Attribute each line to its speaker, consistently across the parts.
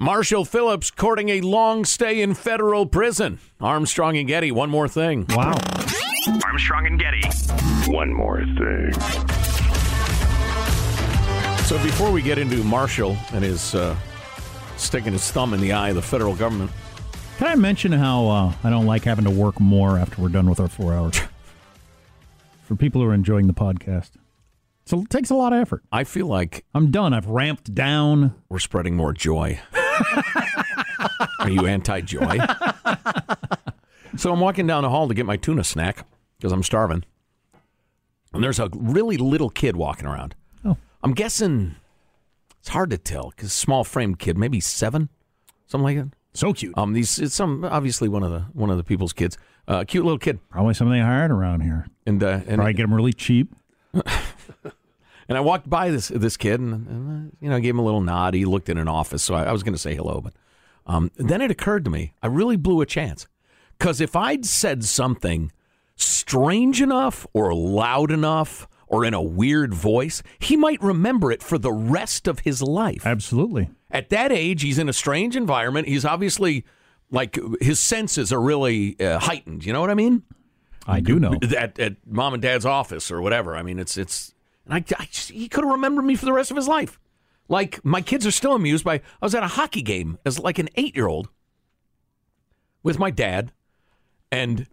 Speaker 1: Marshall Phillips courting a long stay in federal prison. Armstrong and Getty, one more thing.
Speaker 2: Wow.
Speaker 3: Armstrong and Getty.
Speaker 4: One more thing.
Speaker 1: So before we get into Marshall and his uh, sticking his thumb in the eye of the federal government,
Speaker 2: Can I mention how uh, I don't like having to work more after we're done with our four hours? For people who are enjoying the podcast, so it takes a lot of effort.
Speaker 1: I feel like
Speaker 2: I'm done. I've ramped down.
Speaker 1: we're spreading more joy. Are you anti joy? so I'm walking down the hall to get my tuna snack because I'm starving. And there's a really little kid walking around.
Speaker 2: Oh.
Speaker 1: I'm guessing it's hard to tell because small framed kid, maybe seven, something like that.
Speaker 2: So cute.
Speaker 1: Um, these it's some obviously one of the one of the people's kids, uh, cute little kid,
Speaker 2: Probably something they hired around here.
Speaker 1: and uh, and
Speaker 2: Probably get them really cheap.
Speaker 1: And I walked by this this kid, and, and uh, you know, I gave him a little nod. He looked in an office, so I, I was going to say hello, but um, then it occurred to me I really blew a chance because if I'd said something strange enough, or loud enough, or in a weird voice, he might remember it for the rest of his life.
Speaker 2: Absolutely.
Speaker 1: At that age, he's in a strange environment. He's obviously like his senses are really uh, heightened. You know what I mean?
Speaker 2: I do know.
Speaker 1: at, at mom and dad's office or whatever. I mean, it's it's. And I, I just- he could have remembered me for the rest of his life. Like my kids are still amused by. I was at a hockey game as like an eight year old with my dad, and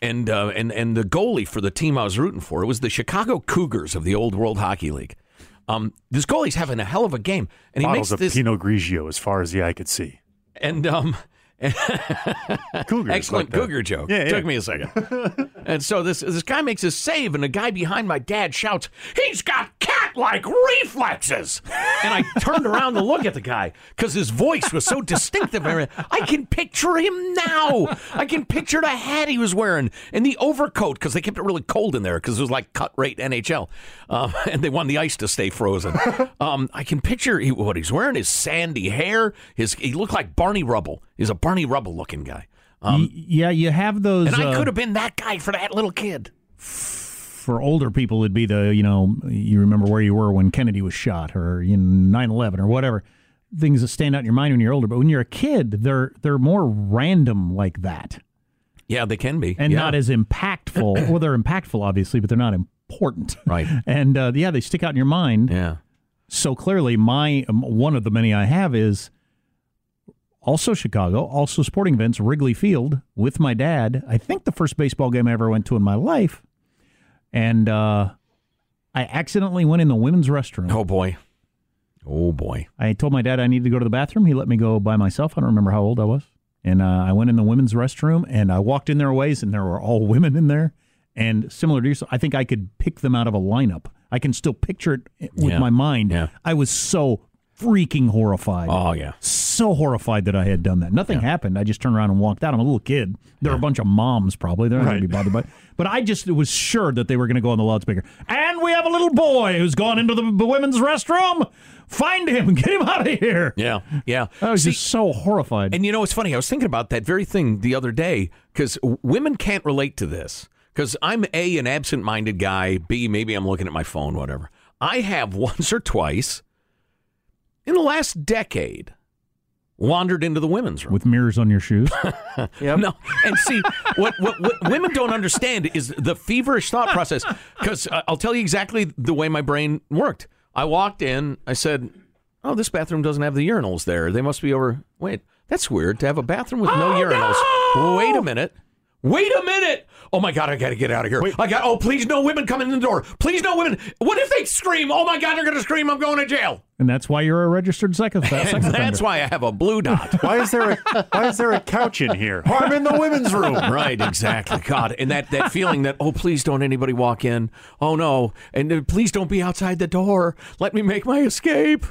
Speaker 1: and uh, and and the goalie for the team I was rooting for it was the Chicago Cougars of the old World Hockey League. Um, this goalie's having a hell of a game, and he
Speaker 5: Bottles of
Speaker 1: makes this
Speaker 5: Pinot Grigio as far as the eye could see.
Speaker 1: and um.
Speaker 5: Cougars.
Speaker 1: Excellent
Speaker 5: like that.
Speaker 1: cougar joke.
Speaker 5: Yeah, yeah.
Speaker 1: Took me a second. and so this this guy makes his save, and the guy behind my dad shouts, "He's got cat-like reflexes!" And I turned around to look at the guy because his voice was so distinctive. I I can picture him now. I can picture the hat he was wearing and the overcoat because they kept it really cold in there because it was like cut rate NHL, um, and they wanted the ice to stay frozen. um, I can picture he, what he's wearing: his sandy hair. His he looked like Barney Rubble. He's a Barney Rubble looking guy.
Speaker 2: Y- yeah, you have those.
Speaker 1: Um, And I
Speaker 2: uh,
Speaker 1: could have been that guy for that little kid.
Speaker 2: for older people it'd be the you know you remember where you were when Kennedy was shot or you know 9/11 or whatever things that stand out in your mind when you're older but when you're a kid they're they're more random like that
Speaker 1: Yeah, they can be.
Speaker 2: and
Speaker 1: Yeah.
Speaker 2: not as impactful well they're impactful obviously but they're not important
Speaker 1: Right.
Speaker 2: and uh, yeah they stick out in your mind
Speaker 1: Yeah.
Speaker 2: so clearly my um, one of the many I have is also Chicago, also sporting events, Wrigley Field with my dad. I think the first baseball game I ever went to in my life, and uh, I accidentally went in the women's restroom.
Speaker 1: Oh boy. Oh boy.
Speaker 2: I told my dad I needed to go to the bathroom. He let me go by myself. I don't remember how old I was, and uh, I went in the women's restroom and I walked in their ways, and there were all women in there. And similar to yourself, I think I could pick them out of a lineup. I can still picture it eh, with
Speaker 1: Yeah.
Speaker 2: my mind.
Speaker 1: Yeah.
Speaker 2: I was so freaking horrified
Speaker 1: Oh yeah.
Speaker 2: so horrified that I had done that. Nothing happened. I just turned around and walked out. I'm a little kid. There are a bunch of moms probably. They're not going to be bothered by it. But I just was sure that they were going to go on the loudspeaker. And we have a little boy who's gone into the, the women's restroom. Find him. Get him out of here.
Speaker 1: Yeah. Yeah.
Speaker 2: I was
Speaker 1: See,
Speaker 2: just so horrified.
Speaker 1: and you know it's funny. I was thinking about that very thing the other day because women can't relate to this. Because I'm a an absent-minded guy. B maybe I'm looking at my phone. Whatever. I have once or twice in the last decade wandered into the women's room.
Speaker 2: With mirrors on your shoes.
Speaker 1: No, and see what, what what women don't understand is the feverish thought process. Because uh, I'll tell you exactly the way my brain worked. I walked in. I said, "Oh, this bathroom doesn't have the urinals there. They must be over." Wait, that's weird to have a bathroom with
Speaker 2: Oh,
Speaker 1: no urinals. Wait a minute. Wait a minute! Oh my God, I gotta get out of here. I got. Oh, please, no women coming in the door. Please, no women. What if they scream? Oh my God, they're gonna scream! I'm going to jail.
Speaker 2: and that's why you're a registered sex, sex
Speaker 1: And
Speaker 2: offender.
Speaker 1: that's why I have a blue dot.
Speaker 5: Why is there a why is there a couch in here? Oh, I'm in the women's room.
Speaker 1: Right, exactly. God, and that, that feeling that oh, please don't anybody walk in. Oh no, and uh, please don't be outside the door. Let me make my escape.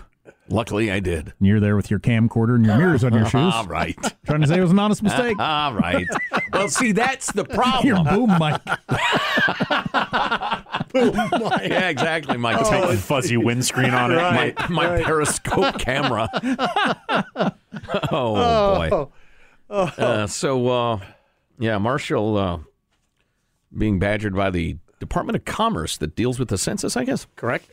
Speaker 1: Luckily, I did.
Speaker 2: And you're there with your camcorder and your mirrors on your shoes.
Speaker 1: All right,
Speaker 2: Trying to say it was an honest mistake.
Speaker 1: all right. Well, see, that's the
Speaker 2: Your
Speaker 1: problem.
Speaker 2: boom mic.
Speaker 1: Yeah, exactly, Mike.
Speaker 5: Take the Oh, fuzzy windscreen on it.
Speaker 1: my my periscope camera. oh, boy. Uh, so uh, yeah, Marshall uh, being badgered by the Department of Commerce that deals with the census, I guess. Correct.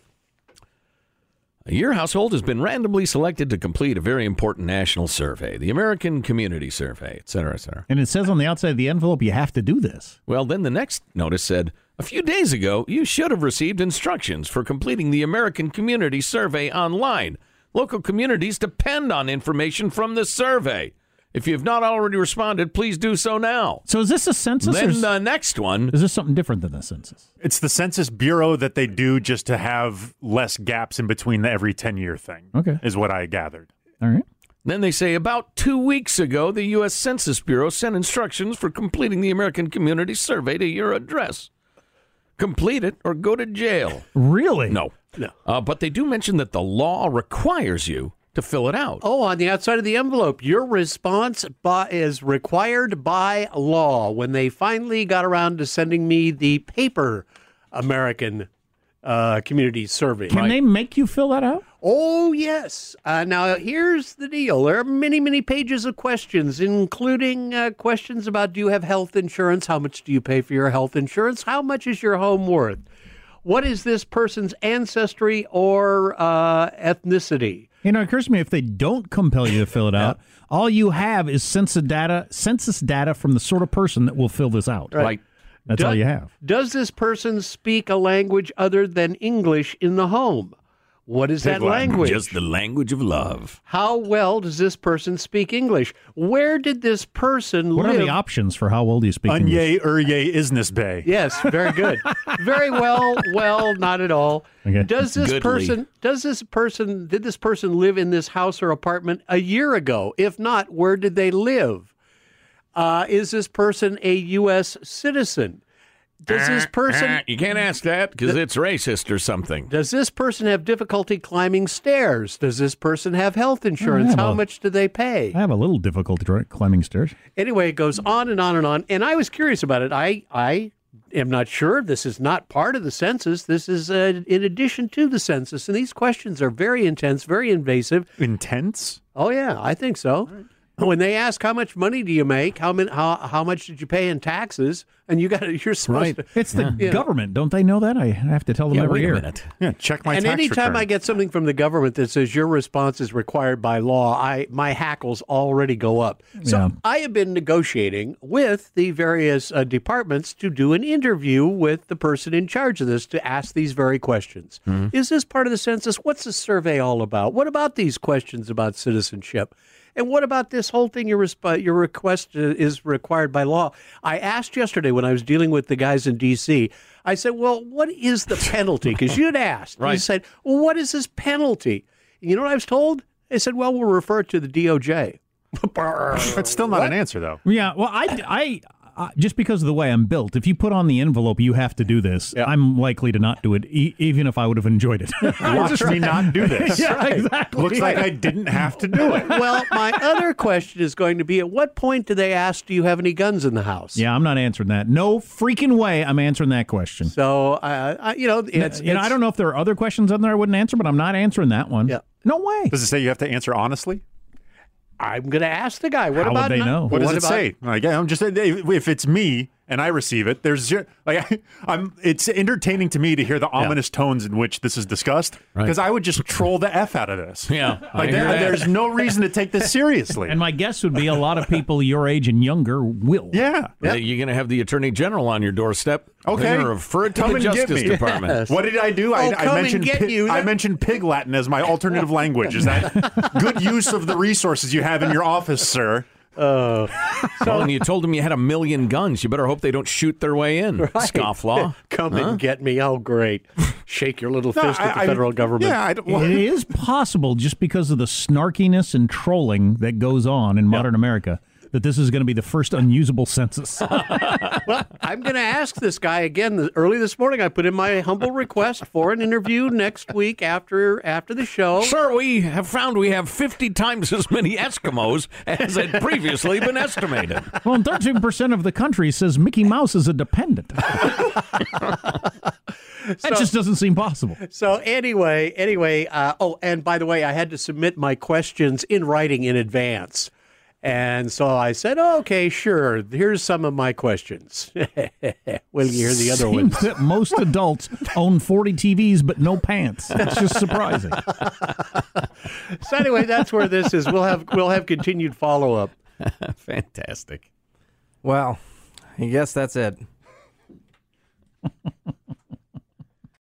Speaker 1: Your household has been randomly selected to complete a very important national survey, the American Community Survey, et cetera, et cetera.
Speaker 2: And it says on the outside of the envelope, you have to do this.
Speaker 1: Well, then the next notice said, a few days ago, you should have received instructions for completing the American Community Survey online. Local communities depend on information from the survey. If you have not already responded, please do so now.
Speaker 2: So is this a census? or
Speaker 1: Then
Speaker 2: is,
Speaker 1: the next one,
Speaker 2: is this something different than the census?
Speaker 5: It's the Census Bureau that they do just to have less gaps in between the every 10 year thing.
Speaker 2: Okay.
Speaker 5: Is what I gathered.
Speaker 2: All right.
Speaker 1: then they say about two weeks ago, the U.S. Census Bureau sent instructions for completing the American Community Survey to your address. Complete it or go to jail.
Speaker 2: Really?
Speaker 1: No.
Speaker 6: No.
Speaker 1: Uh, but they do mention that the law requires you to fill it out.
Speaker 6: Oh, on the outside of the envelope, your response by, is required by law. When they finally got around to sending me the paper American uh, community survey.
Speaker 2: Can they make you fill that out?
Speaker 6: Oh, yes. Uh, now, here's the deal there are many, many pages of questions, including uh, questions about do you have health insurance? How much do you pay for your health insurance? How much is your home worth? What is this person's ancestry or uh, ethnicity?
Speaker 2: You know, it occurs to me if they don't compel you to fill it out, all you have is census data, census data from the sort of person that will fill this out.
Speaker 1: Right.
Speaker 2: That's all you have.
Speaker 6: Does this person speak a language other than English in the home? What is that language?
Speaker 1: Just the language of love.
Speaker 6: How well does this person speak English? Where did this person
Speaker 2: What
Speaker 6: live?
Speaker 2: are the options for how well do you speak English?
Speaker 5: Unye Urye Isness Bay.
Speaker 6: Yes, very good. very well, well, not at all.
Speaker 2: Okay.
Speaker 6: Does this
Speaker 1: Goodly.
Speaker 6: person does this person did this person live in this house or apartment a year ago? If not, where did they live? Uh, is this person a US citizen? Does
Speaker 2: Uh,
Speaker 6: this person
Speaker 1: You can't ask that because it's racist or something.
Speaker 6: Does this person have difficulty climbing stairs? Does this person have health insurance?
Speaker 2: Yeah,
Speaker 6: How
Speaker 2: well-
Speaker 6: much do they pay?
Speaker 2: I have a little difficulty dri- climbing stairs.
Speaker 6: Anyway, it goes on and on and on. And I was curious about it. I I am not sure. This is not part of the census. This is uh, in addition to the census. And these questions are very intense, very invasive.
Speaker 5: Intense?
Speaker 6: Oh yeah, I think so. When they ask how much money do you make, how many, how how much did you pay in taxes, and you got to you're supposed to.
Speaker 2: It's the government. Don't they know that? I have to tell them every year.
Speaker 5: Yeah, check my
Speaker 6: and
Speaker 5: tax
Speaker 6: anytime
Speaker 5: return.
Speaker 6: I get something from the government that says your response is required by law, I my hackles already go up. So
Speaker 2: Yeah.
Speaker 6: I have been negotiating with the various uh, departments to do an interview with the person in charge of this to ask these very questions.
Speaker 5: Hmm.
Speaker 6: Is this part of the census? What's the survey all about? What about these questions about citizenship? And what about this whole thing? Your resp- your request uh, is required by law. I asked yesterday when I was dealing with the guys in D.C. I said, "Well, what is the penalty?" Because you'd asked. You
Speaker 1: Right.
Speaker 6: said, "Well, what is this penalty?" You know what I was told? They said, "Well, we'll refer it to the DOJ."
Speaker 5: That's still not an answer, though.
Speaker 2: Yeah. Well, I, I, I just because of the way I'm built, if you put on the envelope, you have to do this. I'm likely to not do it, e- even if I would have enjoyed it.
Speaker 5: Watch me not do this.
Speaker 2: yeah, exactly.
Speaker 5: Looks like I didn't have to do it.
Speaker 6: well, my other question is going to be: At what point do they ask, "Do you have any guns in the house?"
Speaker 2: Yeah, I'm not answering that. No freaking way. I'm answering that question.
Speaker 6: So, uh, I, you know, it's,
Speaker 2: you know, I don't know if there are other questions on there I wouldn't answer, but I'm not answering that one.
Speaker 6: Yeah.
Speaker 2: No way.
Speaker 5: Does it say you have to answer honestly?
Speaker 6: I'm going to ask the guy. What
Speaker 2: How would
Speaker 6: about
Speaker 2: they
Speaker 6: not-
Speaker 2: know?
Speaker 5: What does it
Speaker 6: about-
Speaker 5: say? Like, I'm just if it's me and I receive it, there's zero- like I, I'm. It's entertaining to me to hear the ominous tones in which this is discussed because I would just troll the f out of this.
Speaker 1: Yeah, I
Speaker 5: like
Speaker 1: hear
Speaker 5: there-
Speaker 1: that.
Speaker 5: there's no reason to take this seriously.
Speaker 2: And my guess would be a lot of people your age and younger will.
Speaker 5: yeah.
Speaker 1: You're going to have the attorney general on your doorstep.
Speaker 5: Okay.
Speaker 1: They're going to refer it to
Speaker 5: Come
Speaker 1: the
Speaker 5: and get
Speaker 1: Justice
Speaker 5: me.
Speaker 1: Department.
Speaker 5: What did I do?
Speaker 6: Oh,
Speaker 5: I,
Speaker 6: come
Speaker 5: I
Speaker 6: and
Speaker 5: mentioned
Speaker 6: get
Speaker 5: pig,
Speaker 6: you.
Speaker 5: I mentioned pig Latin as my alternative language. Is that good use of the resources you have in your office, sir?
Speaker 1: Well, and you told them you had a million guns. You better hope they don't shoot their way in. Scofflaw.
Speaker 6: Come and get me. Oh, great. Shake your little
Speaker 5: No,
Speaker 6: fist at the
Speaker 5: I- I-
Speaker 6: federal government.
Speaker 5: Yeah, I don't.
Speaker 2: It is possible just because of the snarkiness and trolling that goes on in modern America that this is going to be the first unusable census.
Speaker 6: well, I'm going to ask this guy again. Th- Early this morning, I put in my humble request for an interview next week after after the show.
Speaker 1: Sir, we have found we have 50 times as many Eskimos as had previously been estimated.
Speaker 2: well, 13% of the country says Mickey Mouse is a dependent. that just doesn't seem possible.
Speaker 6: So anyway, anyway. Uh, oh, and by the way, I had to submit my questions in writing in advance. And so I said, oh, okay, sure. Here's some of my questions. well, you hear the other
Speaker 2: Seems
Speaker 6: ones.
Speaker 2: that most adults own 40 TVs but no pants. It's just surprising.
Speaker 6: So anyway, that's where this is. We'll have we'll have continued follow up.
Speaker 1: Fantastic.
Speaker 7: Well, I guess that's it.